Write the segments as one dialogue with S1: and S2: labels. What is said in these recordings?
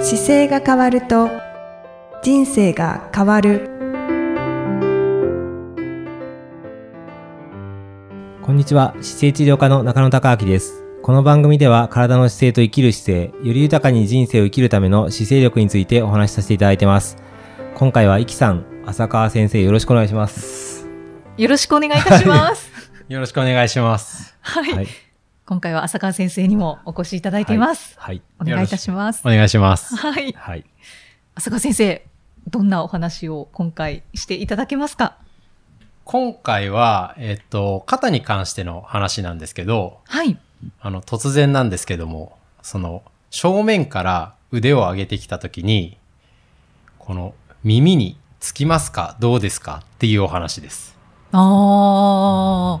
S1: 姿勢が変わると人生が変わる
S2: こんにちは姿勢治療科の中野孝明ですこの番組では体の姿勢と生きる姿勢より豊かに人生を生きるための姿勢力についてお話しさせていただいてます今回はイキさん浅川先生よろしくお願いします
S3: よろしくお願いいたします。
S4: よろしくお願いします。
S3: はい、
S2: はい
S3: 今回は浅川先生にもお越しいただいています。
S2: はい
S3: お願いいたします。
S4: お願いします。
S3: はい。
S2: はい
S3: 浅川先生、どんなお話を今回していただけますか
S4: 今回は、えっと、肩に関しての話なんですけど、
S3: はい。
S4: あの、突然なんですけども、その、正面から腕を上げてきたときに、この、耳につきますかどうですかっていうお話です。
S3: ああ。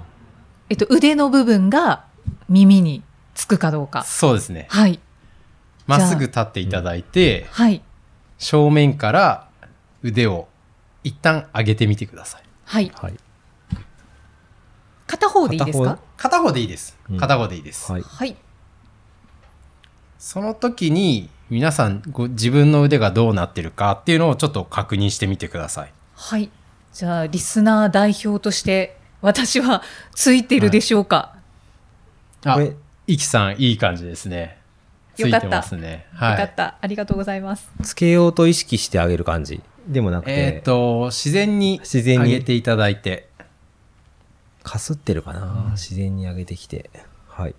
S3: えっと、腕の部分が耳につくかどうか。
S4: そうですね。
S3: はい。
S4: まっすぐ立っていただいて、
S3: はい。
S4: 正面から腕を一旦上げてみてください。
S3: はい。
S2: はい
S3: 片方でいいです
S2: 片
S3: か
S2: 方
S4: 片方でいいです
S2: うん。
S4: 片方でいいです。
S2: はい
S3: はい。
S4: その時に皆さんご自分の腕がどうなってるかっていうのをちょっと確認してみてください。
S3: はい。じゃあ、リスナー代表として、私はついてるでしょうか、
S4: あ
S2: これ、
S4: イキさんいい感じですね。つ
S3: よ
S4: い
S3: かってた
S4: ますね。
S3: よ
S4: は
S3: か
S4: い
S3: っ。た。ありがとうございます。
S2: つけようと意識してあげる感じでもなくて、
S4: えっ、と、自然に
S2: 自然
S4: 上
S2: に
S4: げていただいて。
S2: かすってるかな、自然に上げてきてはい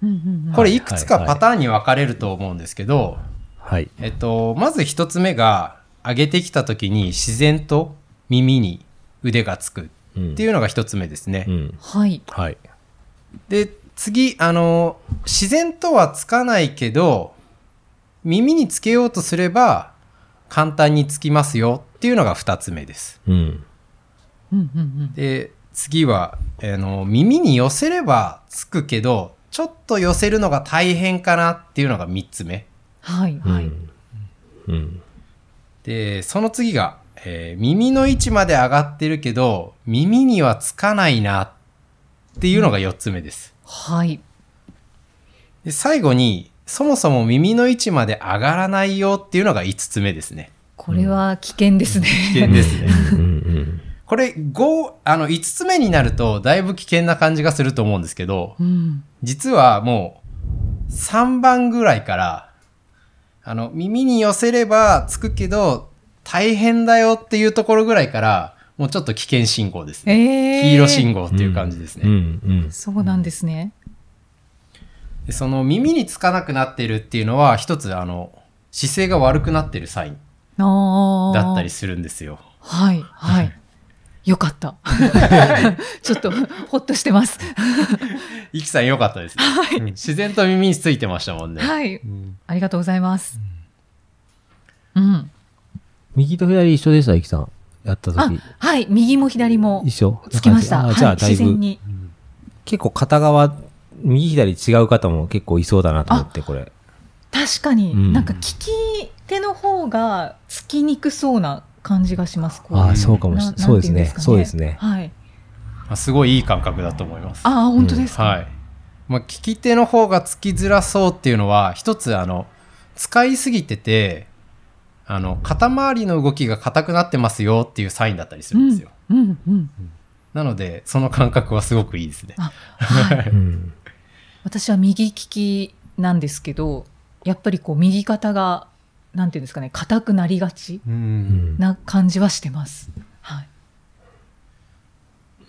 S3: うんうんうん
S4: これいくつかパターンに分かれると思うんですけど、
S2: はい
S4: えっと、まず一つ目が、上げてきた時に自然と耳に腕がつく
S2: うん
S4: っていうのが一つ目ですね。
S2: うん
S3: はい。
S2: はい
S4: で次あの自然とはつかないけど耳につけようとすれば簡単につきますよっていうのが2つ目です
S2: うん
S3: うんうんうん
S4: で次はあの耳に寄せればつくけどちょっと寄せるのが大変かなっていうのが3つ目
S3: はい、
S2: うん
S3: はい。
S2: うん
S4: でその次が、えー耳の位置まで上がってるけど耳にはつかないなっていうのが4つ目です
S3: はい。
S4: で最後にそもそも耳の位置まで上がらないよっていうのが5つ目ですね。
S3: これは危険ですね。
S4: 危険ですね。
S2: うんうん
S4: これ5あの5つ目になるとだいぶ危険な感じがすると思うんですけど
S3: うん。
S4: 実はもう3番ぐらいからあの耳に寄せればつくけど大変だよっていうところぐらいからもうちょっと危険信号ですね。
S3: ええ
S4: 黄色信号っていう感じですね。
S2: うんうん
S3: そうなんですね。
S4: でその耳につかなくなってるっていうのは一つあの姿勢が悪くなってるサイン
S3: ああ。
S4: だったり。するんですよ。
S3: はい、はい。よかった。ちょっと、ほっとしてます。
S4: イキさん良かったですね。うん自然と耳についてましたもんね。
S3: はい。
S4: うん
S3: ありがとうございます。うん。
S2: 右と左一緒でした、イキさん。やった
S3: あ
S2: 時。、
S3: はい。右も左も
S2: 一緒
S3: つきました。
S2: あ
S3: はい
S2: じゃあ、だい
S3: 自然
S2: ぶ、
S3: に。
S2: 結構片側、右左違う方も結構いそうだなと思って、これ。
S3: 確かに、
S2: うん
S3: なんか利き手の方がつきにくそうな感じがします。こう
S2: ああ、そうかもし
S3: な
S2: れない。そうです
S3: なんていん
S2: ね。
S3: か
S2: そうですね。
S3: はい。
S4: まあすごいいい感覚だと思います。
S3: ああ、本当ですか。
S4: はい。まあ、聞き手の方がつきづらそうっていうのは、一つあの、使いすぎてて、あの、肩周りの動きが硬くなってますよっていうサインだったりするんですよ。
S3: うん、うん、うん。
S4: なので、その感覚はすごくいいですね。
S3: あ、はい。
S2: うん。
S3: 私は右利きなんですけど、やっぱりこう右肩が、なんていうんですかね、硬くなりがち
S4: う。
S2: うんん。
S3: な感じはしてます。はい。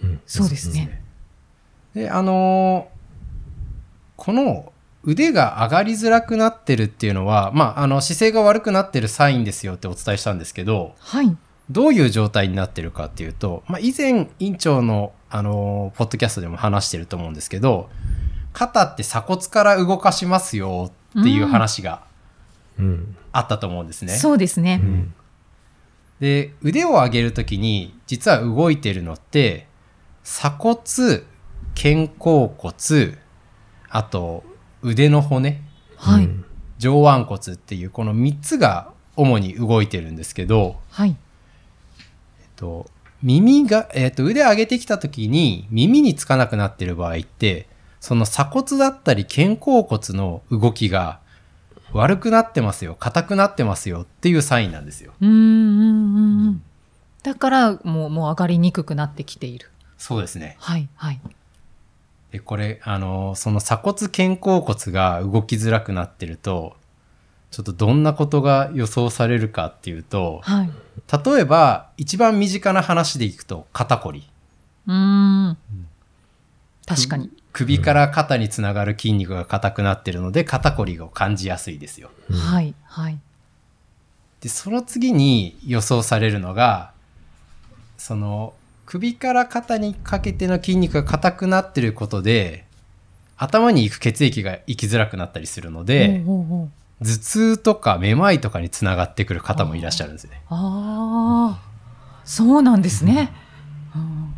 S2: うん
S3: そうですね。
S4: で、あのーこの腕が上がりづらくなってるっていうのは、まあ、あの、姿勢が悪くなってるサインですよってお伝えしたんですけど、
S3: はい。
S4: どういう状態になってるかっていうと、まあ、以前院長の、あのーポッドキャストでも話してると思うんですけど肩って鎖骨から動かしますよっていう話が
S2: うん。
S4: あったと思うんですね。
S3: そうですね。
S2: うん。
S4: で腕を上げるときに実は動いてるのって鎖骨肩甲骨あと腕の骨
S3: はい、
S2: うん
S4: 上腕骨っていうこの3つが主に動いてるんですけど
S3: はい。
S4: えっと、耳が、えっと、腕上げてきた時に耳につかなくなってる場合って、その鎖骨だったり肩甲骨の動きがこ悪くなってますよ硬くなってますよっていうサインなんですよ
S3: うんうんうんうんだからもうもう上がりにくくなってきている
S4: そうですね
S3: はいはい
S4: でこれあのその鎖骨肩甲骨が動きづらくなってるとちょっとどんなことが予想されるかっていうと
S3: はい
S4: 例えば一番身近な話でいくと肩こり
S3: うーん確かに
S4: 首から肩につながる筋肉が硬くなってるので肩こりを感じやすいですよ
S2: うん
S3: はいはい
S4: でその次に予想されるのがその首から肩にかけての筋肉が硬くなってることで頭に行く血液が行きづらくなったりするので、
S3: おうおうおう
S4: 頭痛とかめまいとかにつながってくる方もいらっしゃるんですね。
S3: ああそうなんですね、うん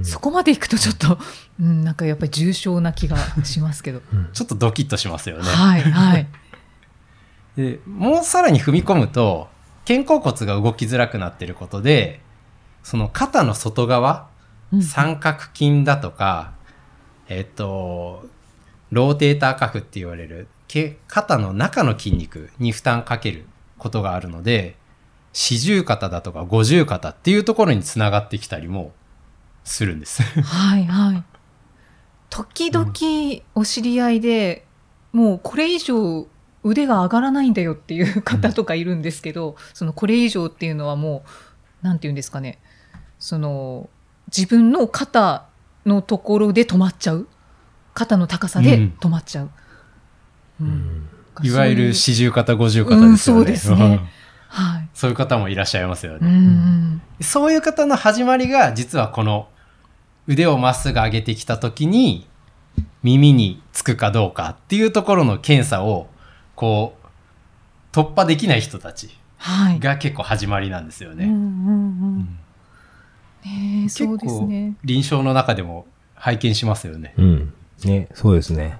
S2: うん
S3: そこまでいくとちょっと、うん、なんかやっぱり重症な気がしますけど、
S4: ちょっとドキッとしますよね。
S3: はいはい
S4: でもうさらに踏み込むと肩甲骨が動きづらくなってることでその肩の外側
S3: うん
S4: 三角筋だとか、えっと、ローテーター角って言われる、け肩の中の筋肉に負担かけることがあるので、四十肩だとか五十肩っていうところにつながってきたりもするんです。
S3: はいはい。時々お知り合いで、もうこれ以上腕が上がらないんだよっていう方とかいるんですけど、そのこれ以上っていうのはもう、なんて言うんですかね、その自分の肩のところで止まっちゃう。肩の高さで止まっちゃう。うん
S2: うん
S4: いわゆる
S3: そう
S4: 四十肩五十肩ですよね。
S3: うんそうですね
S4: ん
S3: うはい。
S4: そういう方もいらっしゃいますよ
S3: う
S4: ね。
S3: ん。
S4: そういう方の始まりが、実はこの腕をまっすぐ上げてきた時に、耳につくかどうかっていうところの検査を、こう、突破できない人たち
S3: はい。
S4: が結構始まりなんですよ
S3: うん
S4: ね。
S3: うんう
S4: うんん
S3: ねえそうですね。
S4: 臨床の中でも拝見しますよね。
S2: うん。ね、そうですね。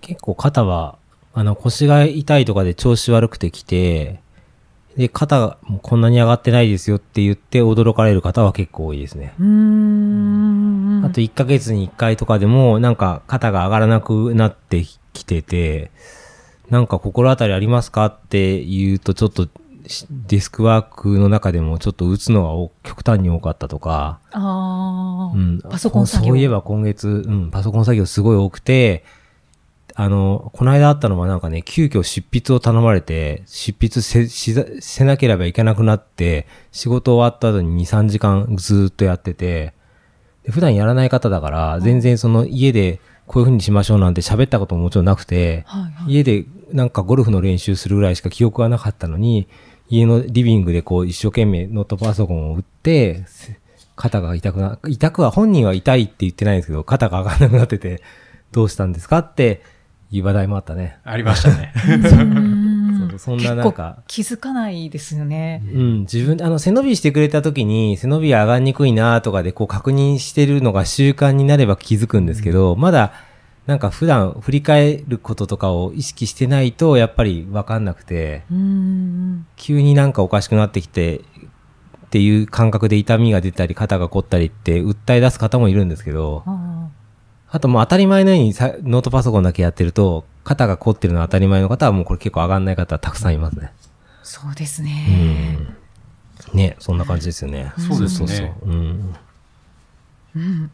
S2: 結構肩は、あの腰が痛いとかで調子悪くてきて、で、肩がもうこんなに上がってないですよって言って驚かれる方は結構多いですね。
S3: うーん。
S2: あと1ヶ月に1回とかでも、なんか肩が上がらなくなってきてて、なんか心当たりありますかって言うと、ちょっとしデスクワークの中でもちょっと打つのが多極端に多かったとか、
S3: ああ、
S2: うん、
S3: パソコン作業
S2: そういえば今月、うん、パソコン作業すごい多くて、あの、この間あったのはなんかね、急遽執筆を頼まれて、執筆せ、しざせなければいけなくなって、仕事終わった後に2、3時間ずーっとやってて、で普段やらない方だから、全然その家でこういう風にしましょうなんて喋ったことももちろんなくて、
S3: はいはい。
S2: 家でなんかゴルフの練習するぐらいしか記憶がなかったのに、家のリビングでこう一生懸命ノートパソコンを打って、せ肩が痛くな、痛くは本人は痛いって言ってないんですけど、肩が上がらなくなってて、どうしたんですかっていう話題もあったね。
S4: ありましたね。
S2: そ
S3: そう
S2: そんななんか
S3: 気づかないですよね。
S2: うん、自分、あの、背伸びしてくれた時に、背伸び上がりにくいなとかで、こう確認してるのが習慣になれば気づくんですけど、まだ、なんか普段振り返ることとかを意識してないと、やっぱりわかんなくて、
S3: うーん
S2: 急になんかおかしくなってきて、っていう感覚で痛みが出たり、肩が凝ったりって、訴え出す方もいるんですけど、
S3: あ
S2: あともう当たり前のようにさノートパソコンだけやってると、肩が凝ってるのは当たり前の方はもうこれ結構上がんない方たくさんいますね。
S3: あそうです
S2: う
S3: ね。
S2: ん。ね、そんな感じですよね。
S4: そうですね
S2: そう。うん。
S3: うん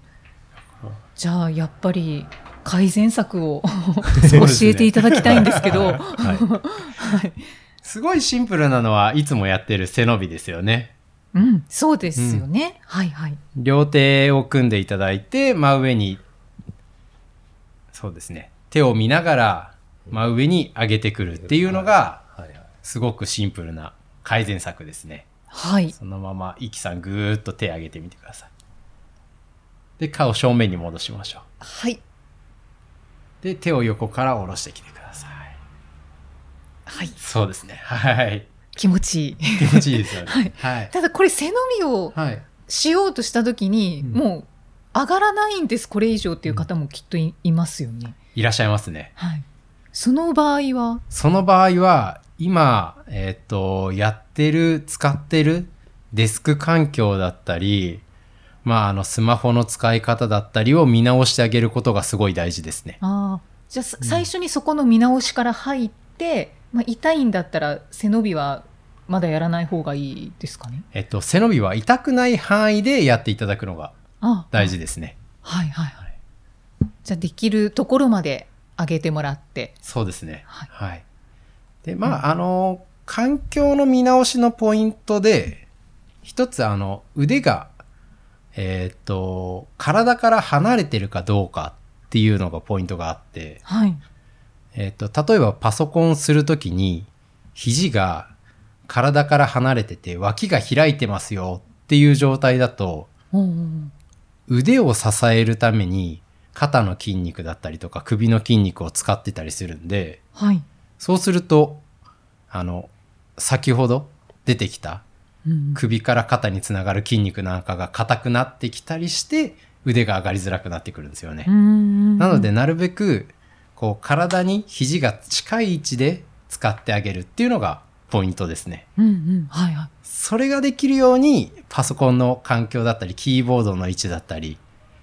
S3: じゃあやっぱり改善策を
S4: すね
S3: 教えていただきたいんですけど、
S4: すごいシンプルなのはいつもやってる背伸びですよね。
S3: うん、そうですよね。はいはい。
S4: 両手を組んでいただいて真上にそうですね手を見ながら真上に上げてくるっていうのがすごくシンプルな改善策ですね
S3: はい。
S4: そのまま息さんぐーっと手上げてみてくださいで顔正面に戻しましょう
S3: はい。
S4: で手を横から下ろしてきてください
S3: はい。
S4: そうですねはい
S3: 気持ちいい。
S4: 気持ちいいですよね
S3: はい
S4: はい、
S3: ただこれ背伸びを
S4: はい
S3: しようとしたときに、
S4: うん
S3: もう上がらないんです、これ以上っていう方もきっとい,、ますよね。
S4: いらっしゃいますね
S3: はい。その場合は、
S4: その場合は、今、えっ、と、やってる、使ってるデスク環境だったり、まあ、あの、スマホの使い方だったりを見直してあげることがすごい大事ですね。
S3: ああ、じゃあ、さ最初にそこの見直しから入って、まあ、痛いんだったら背伸びはまだやらない方がいいですかね。
S4: えっと、背伸びは痛くない範囲でやっていただくのが
S3: あ
S4: 大事ですね。
S3: はいはいはい。じゃあできるところまで上げてもらって。
S4: そうですね。
S3: はい
S4: はい。で、まあ、あの、環境の見直しのポイントで、一つ、あの、腕が、えーっと、体から離れてるかどうかっていうのがポイントがあって、
S3: はい。
S4: えーっと、例えばパソコンするときに、肘が体から離れてて、脇が開いてますよっていう状態だと、
S3: おうおうおう
S4: 腕を支えるために、肩の筋肉だったりとか首の筋肉を使ってたりするんで、
S3: はい。
S4: そうすると、あの、先ほど出てきた
S3: うん
S4: 首から肩につながる筋肉なんかが硬くなってきたりして、腕が上がりづらくなってくるんですよね
S3: う。ん
S4: なので、、なるべく、こう、体に肘が近い位置で使ってあげるっていうのがポイントですね。
S3: うんうん、はいはい。
S4: それができるように、パソコンの環境だったり、キーボードの位置だったり、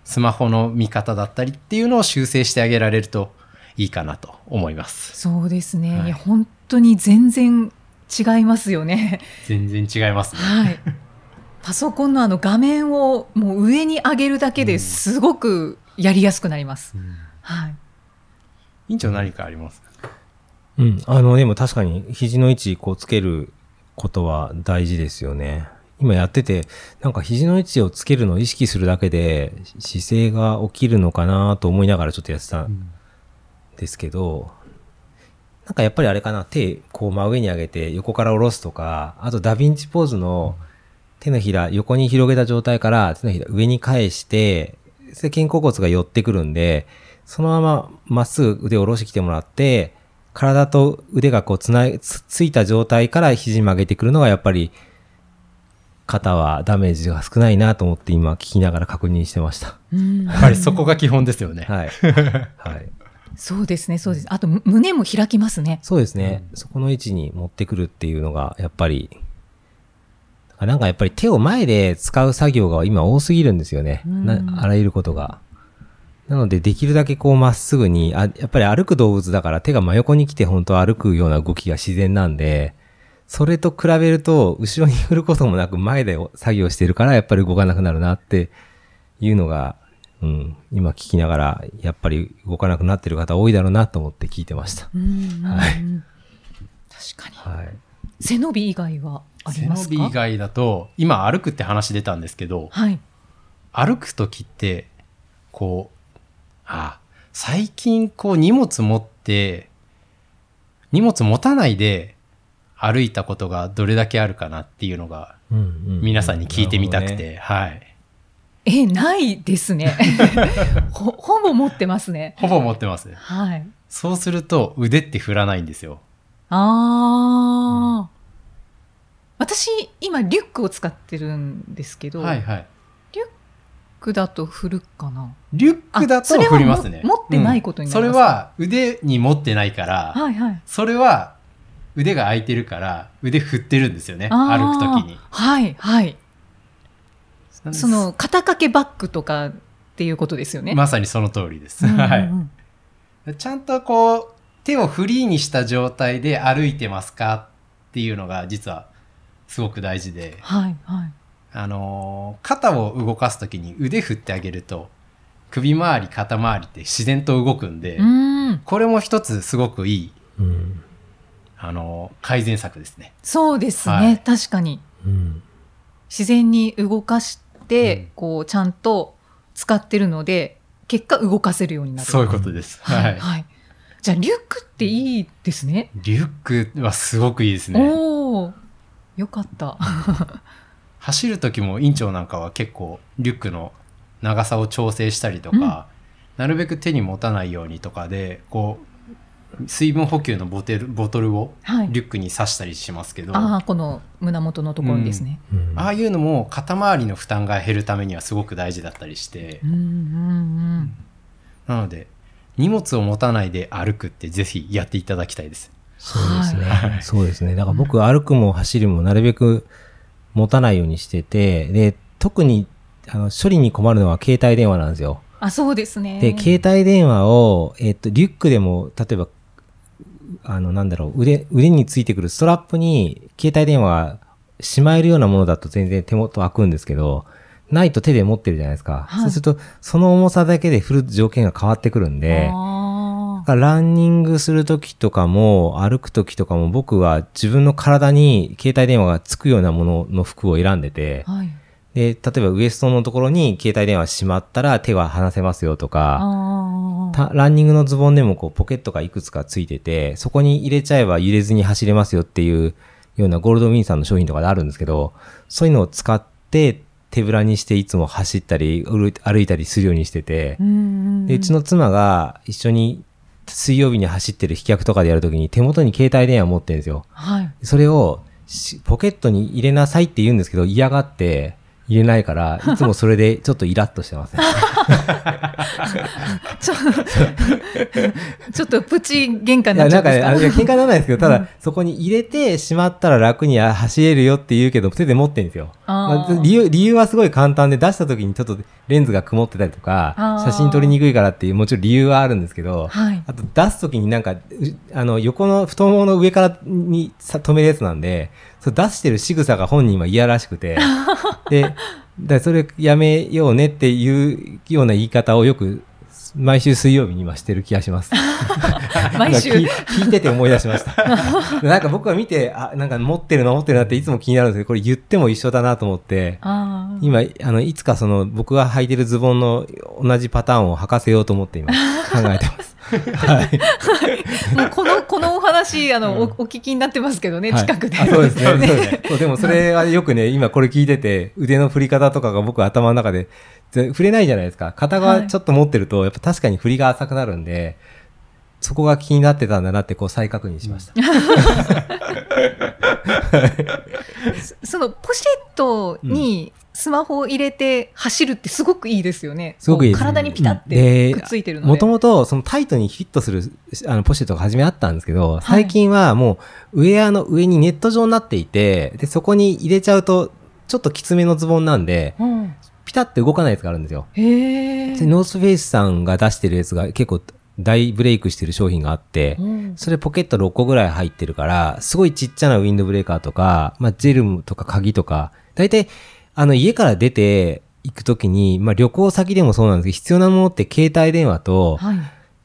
S4: スマホの見方だったりっていうのを修正してあげられるといいかなと思います。
S3: そうですね。
S4: はい
S3: いや、本当に全然違いますよね。
S4: 全然違いますね。
S3: はい。 パソコンのあの画面をもう上に上げるだけですごくやりやすくなります。はい。
S4: 院長何かありますか
S2: うん。あの、でも確かに肘の位置こうつけることは大事ですよね。今やってて、なんか肘の位置をつけるのを意識するだけでし姿勢が起きるのかなと思いながらちょっとやってたんですけど、なんかやっぱりあれかな、手こう真上に上げて横から下ろすとか、あとダヴィンチポーズの手のひら横に広げた状態から手のひら上に返して、それで肩甲骨が寄ってくるんで、そのまままっすぐ腕を下ろしてきてもらって、体と腕がこうつない、つついた状態から肘曲げてくるのがやっぱり肩はダメージが少ないなと思って今聞きながら確認してました。
S3: うん
S4: やっぱりそこが基本ですよね。
S2: はい。はい。
S3: そうですね、そうです。あと、む胸も開きますね。
S2: そうですね。そこの位置に持ってくるっていうのが、やっぱり、なんかやっぱり手を前で使う作業が今多すぎるんですよね。
S3: うん
S2: なあらゆることが。なので、できるだけこうまっすぐに、あやっぱり歩く動物だから手が真横に来て本当は歩くような動きが自然なんで、それと比べると、後ろに振ることもなく前で作業してるから、やっぱり動かなくなるなっていうのが、うん、今聞きながら、やっぱり動かなくなってる方多いだろうなと思って聞いてました。
S3: うん
S2: はい
S3: 確かに。
S2: はい。
S3: 背伸び以外はあり
S4: 背
S3: ま
S4: 伸
S3: す
S4: び以
S3: か
S4: 外だと、今歩くって話出たんですけど、
S3: はい。
S4: 歩くときって、こう、あ、最近こう荷物持って、荷物持たないで歩いたことがどれだけあるかなっていうのが、
S2: うんうんうん
S4: 皆さんに聞いてみたくて、。はい。
S3: え、ないです ね。ほ、ほぼ持ってますね。
S4: ほぼ持ってます。
S3: はい。
S4: そうすると腕って振らないんですよ。
S3: ああ。私、今、リュックを使ってるんですけど、
S4: はい
S3: リュッ
S4: はい。
S3: クだと振るかな。
S4: リュックだ
S3: あそ
S4: と
S3: れは
S4: 振りますね。
S3: も持ってないことになります
S4: うんそれは腕に持ってないから、
S3: はいはい。
S4: それは腕が空いてるから腕振ってるんですよね
S3: あ
S4: 歩く
S3: ー
S4: ときに。
S3: はいはい。
S4: なんで
S3: その、肩掛けバッグとかっていうことですよね。
S4: まさにその通りです。
S3: うんうんうん
S4: は。い、ちゃんとこう手をフリーにした状態で歩いてますかっていうのが実はすごく大事で、
S3: はいはい。
S4: あのー肩を動かすときに腕振ってあげると首周り肩周りって自然と動くんで、
S3: うん。
S4: これも一つすごくいい、
S2: うん。
S4: あのー改善策ですね。
S3: そうですね、
S4: はい
S3: 確かに
S2: うん。
S3: 自然に動かして、
S4: うん
S3: こうちゃんと使ってるので結果動かせるようになる
S4: そういうことです。
S3: は、
S4: はいい。
S3: はい、じゃあリュックっていいですね
S4: リュックはすごくいいですね。
S3: おおよかった
S4: 走る時も院長なんかは結構リュックの長さを調整したりとか、
S3: うん
S4: なるべく手に持たないようにとかでこう水分補給のボテルボトルを
S3: はい
S4: リュックに刺したりしますけど、
S3: あ
S4: あ
S3: あこの胸元のところにですね、
S2: うん
S4: あいうのも肩周りの負担が減るためにはすごく大事だったりして
S3: う、ん、うん
S4: なので荷物を持たないで歩くってぜひやっていただきたいです。
S2: そうですね。
S4: はい
S2: そうですね。だから僕、歩くも走るもなるべく持たないようにしてて、で、特に、あの、処理に困るのは携帯電話なんですよ。
S3: ああ、そうですね。
S2: で、携帯電話を、えっと、リュックでも、例えば、あの、なんだろう、腕、腕についてくるストラップに、携帯電話、しまえるようなものだと全然手元開くんですけど、ないと手で持ってるじゃないですか。
S3: はい
S2: そうすると、その重さだけで振る条件が変わってくるんで、
S3: あ
S2: だからランニングするときとかも、歩くときとかも、僕は自分の体に携帯電話がつくようなものの服を選んでて
S3: ー、はい。
S2: で、例えばウエストのところに携帯電話しまったら手は離せますよとか、
S3: あー
S2: たランニングのズボンでもこうポケットがいくつかついてて、そこに入れちゃえば揺れずに走れますよっていうようなゴールドウィンさんの商品とかであるんですけど、そういうのを使って手ぶらにしていつも走ったり、うる歩いたりするようにしてて
S3: う、んうん
S2: で、うちの妻が一緒に水曜日に走ってる飛脚とかでやるときに手元に携帯電話持ってるんですよ。
S3: はい。
S2: それをしポケットに入れなさいって言うんですけど、嫌がって入れないから、いつもそれで ちょっとイラッとしてますね。
S3: ちょちょっとプチ喧嘩に
S2: い
S3: な
S2: や
S3: っち
S2: な
S3: ゃうん
S2: かね、あの
S3: ん
S2: い
S3: で
S2: や
S3: すか。
S2: 喧嘩にならないですけど、ただ、そこに入れてしまったら楽にあ走れるよって言うけど、手で持ってるんですよ。
S3: あー
S2: まあ理由理由はすごい簡単で、出した時にちょっとレンズが曇ってたりと
S3: あ
S2: か、
S3: ー
S2: 写真撮りにくいからっていう、もちろん理由はあるんですけど、
S3: はい。
S2: あと出す時になんか、うあの、横の太ももの上からにさ止めるやつなんで、それ出してる仕草が本人は嫌らしく て、で、だそれやめようねっていうような言い方をよく、毎週水曜日に今してる気がします。
S3: 毎
S2: 聞い
S3: 週。
S2: 聞いてて思い出しま した。 なんか僕は見て、あ、なんか持ってるな、持ってるなっていつも気になるんですけど、これ言っても一緒だなと思って、
S3: あー
S2: 今、あの、いつかその僕が履いてるズボンの同じパターンを履かせようと思って今考えて ます。はい。
S3: もうこの、このお話、あの、おお聞きになってますけどね、近くで。
S2: はいあそうですね。そうです
S3: ね
S2: ねそうでもそれはよくね、今これ聞いてて、腕の振り方とかが僕は頭の中で、ぜ触れないじゃないですか。片
S3: は
S2: 側
S3: い
S2: ちょっと持ってると、やっぱ確かに振りが浅くなるんで、そこが気になってたんだなって、こう再確認しました。
S3: そのポシェットにスマホを入れて走るってすごくいいですよね。
S2: すごくいいです
S3: こう体にピタっ
S2: うん
S3: て
S2: で
S3: くっついてるので。
S2: もともとそのタイトにフィットするあのポシェットが初めあったんですけど、最近はもうウェアの上にネット状になっていて、で、そこに入れちゃうと、ちょっときつめのズボンなんで、
S3: うん
S2: ピタって動かないやつがあるんですよ。
S3: へえ
S2: で、。ノースフェイスさんが出してるやつが結構大ブレイクしてる商品があって、
S3: うん
S2: それポケット6個ぐらい入ってるから、すごいちっちゃなウィンドブレーカーとか、まあ、ジェルとか鍵とか、大体、あの、家から出て行くときに、まあ、旅行先でもそうなんですけど、必要なものって携帯電話と、
S3: はい。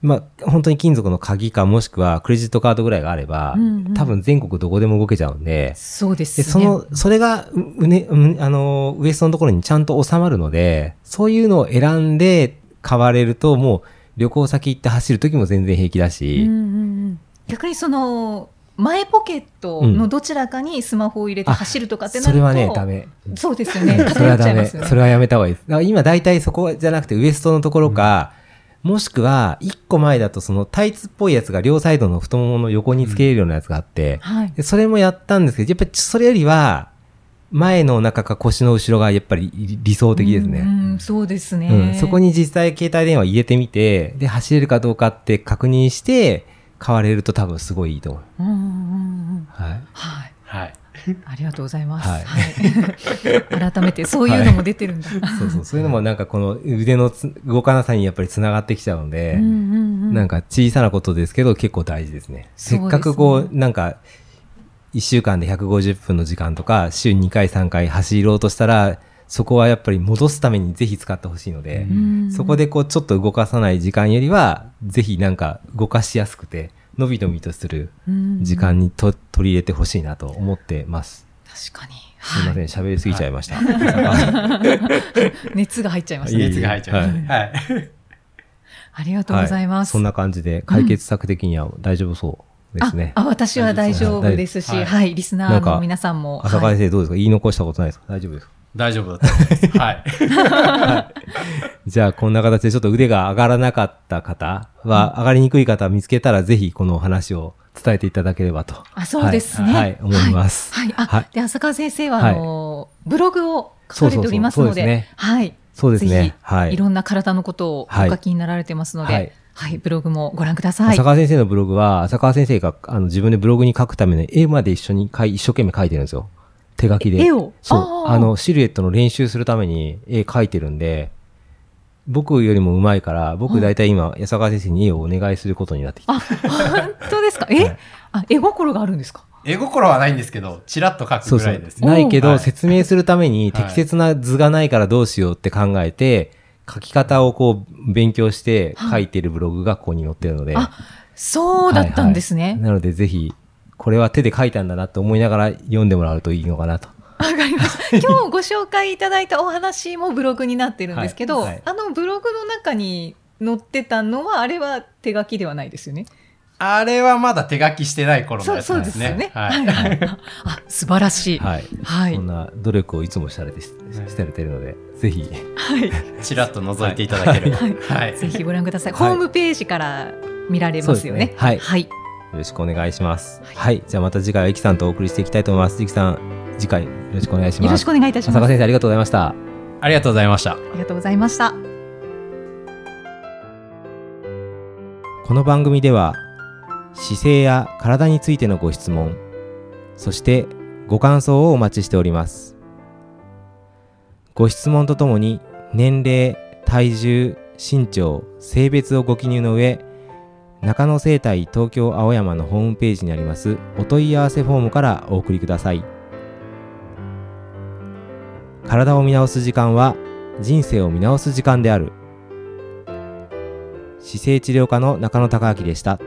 S2: まあ、本当に金属の鍵かもしくはクレジットカードぐらいがあれば、
S3: うんうん
S2: 多分全国どこでも動けちゃうんで、
S3: そうで
S2: です
S3: ね。
S2: その、それが、ううね、うんあの、ウエストのところにちゃんと収まるので、そういうのを選んで買われると、もう旅行先行って走るときも全然平気だし、
S3: うんうんうん逆にその前ポケットのどちらかにスマホを入れて走るとかって
S2: そ
S3: なると、
S2: れはね、ダメ。
S3: そうですよね。
S2: それ
S3: 偏
S2: は
S3: っちゃ
S2: ダ
S3: い
S2: メ。
S3: ますよ
S2: そ
S3: ね。
S2: れはやめた方がいいです。だから今大体そこじゃなくてウエストのところか、もしくは一個前だとそのタイツっぽいやつが両サイドの太ももの横につけれるようなやつがあって、
S3: はい。
S2: でそれもやったんですけど、やっぱりそれよりは前のお腹か腰の後ろがやっぱり理想的ですね。
S3: うんうんそうですね、
S2: うん、そこに実際携帯電話入れてみて、で、走れるかどうかって確認して、買われると多分すごいいいと思う。
S3: うんうんうんうん。
S2: はい。
S3: はい。
S4: はい。
S3: ありがとうございます。
S2: はい
S3: はい 改めてそういうのも出てるんだ。
S2: そうそう、そういうのもなんかこの腕のつ動かなさにやっぱりつながってきちゃうので、
S3: うんうんうん
S2: なんか小さなことですけど結構大事ですね。せ
S3: そうです
S2: っ
S3: ね
S2: かくこう、なんか、1週間で150分の時間とか、週2回3回走ろうとしたら、そこはやっぱり戻すためにぜひ使ってほしいので、
S3: うん
S2: そこでこうちょっと動かさない時間よりは、ぜひなんか動かしやすくて、のびのびとする時間にと取り入れてほしいなと思ってます。
S3: 確かに。
S2: すいま
S3: は
S2: せ
S3: い。
S2: ん、喋りすぎちゃいました。
S3: 熱が入っちゃいました
S2: いえ
S3: ね。
S2: いえ
S4: 熱が入っちゃう。
S2: は
S4: はいい。
S3: ありがとうございます。
S2: そんな感じで解決策的には大丈夫そうですね。
S3: ああ、私は大丈夫ですし、
S4: 大丈夫です
S3: はい、リスナーの皆さんも。
S2: 朝
S3: は
S2: 会
S3: い
S2: 生どうですか、言い残したことないですか大丈夫ですか
S4: 大丈夫だと思います。 はい。
S2: じゃあ、こんな形でちょっと腕が上がらなかった方は、上がりにくい方見つけたら、ぜひこのお話を伝えていただければと。
S3: あ、そうです
S2: は
S3: ね。
S2: い、はい思います。
S3: はい。あ、
S2: はい
S3: で、浅川先生は、
S2: はい
S3: あの、ブログを書かれておりますの
S2: そうそうそうそうで
S3: で、
S2: すね
S3: はい。
S2: そうです
S3: ぜひ
S2: ね。はい
S3: い。ろんな体のことを
S2: はい
S3: お書きになられてますので、
S2: は
S3: はいい、ブログもご覧ください。
S2: 浅川先生のブログは、浅川先生があの自分でブログに書くための絵まで一緒に書い一生懸命書いてるんですよ。手書きで。
S3: 絵を
S2: そう。
S3: あー
S2: あの、シルエットの練習するために絵書いてるんで、僕よりも上手いから、僕大体今、安川先生に絵をお願いすることになってきた。
S3: あ、本当ですか。え、
S2: はい
S3: あ、絵心があるんですか。
S4: 絵心はないんですけど、ちらっと描
S2: そ
S4: く
S2: う
S4: ぐ
S2: そ
S4: らいで
S2: う
S4: す。ね。
S2: ないけ
S4: は
S2: ど、
S4: い
S2: 説明するために
S4: はい
S2: 適切な図がないからどうしようって考えて、書き方をこう勉強して書いてるブログがここに載ってるので、
S3: あそうだったんです
S2: はいはい
S3: ね。
S2: なのでぜひ、これは手で書いたんだなと思いながら読んでもらうといいのかなと。
S3: わ、かりました。今日ご紹介いただいたお話もブログになってるんですけど、
S2: はいはい
S3: あのブログの中に載ってたのはあれは手書きではないですよね。
S4: あれはまだ手書きしてない頃の
S3: そ
S4: や
S3: う
S4: つ
S3: そう
S4: で
S3: ですすよね
S4: ね。。
S3: はい
S4: はい
S3: はいああ、素晴らしい。は
S2: はい。
S3: い
S2: そん。な努力をいつもされて、しされてるので、ぜひ、
S3: はい。
S4: ちらっと覗いていただければ。
S3: はい
S4: はい。
S3: ぜひご覧ください。
S2: はい
S3: ホームページから見られますよね。
S2: そうですねはい
S3: はい。
S2: よろしくお願いします。はい。じゃあまた次回はイキさんとお送りしていきたいと思います。イキさん、次回よろしくお願いします。
S3: よろしくお願いいたし
S2: 浅
S3: ま
S2: 川
S3: す。
S2: 先生ありがとうございました。
S4: ありがとうございました。
S3: ありがとうございました。
S2: この番組では姿勢や体についてのご質問そしてご感想をお待ちしておりますご質問とともに年齢体重身長性別をご記入の上中野生態東京青山のホームページにありますお問い合わせフォームからお送りください体を見直す時間は人生を見直す時間である姿勢治療科の中野孝明でした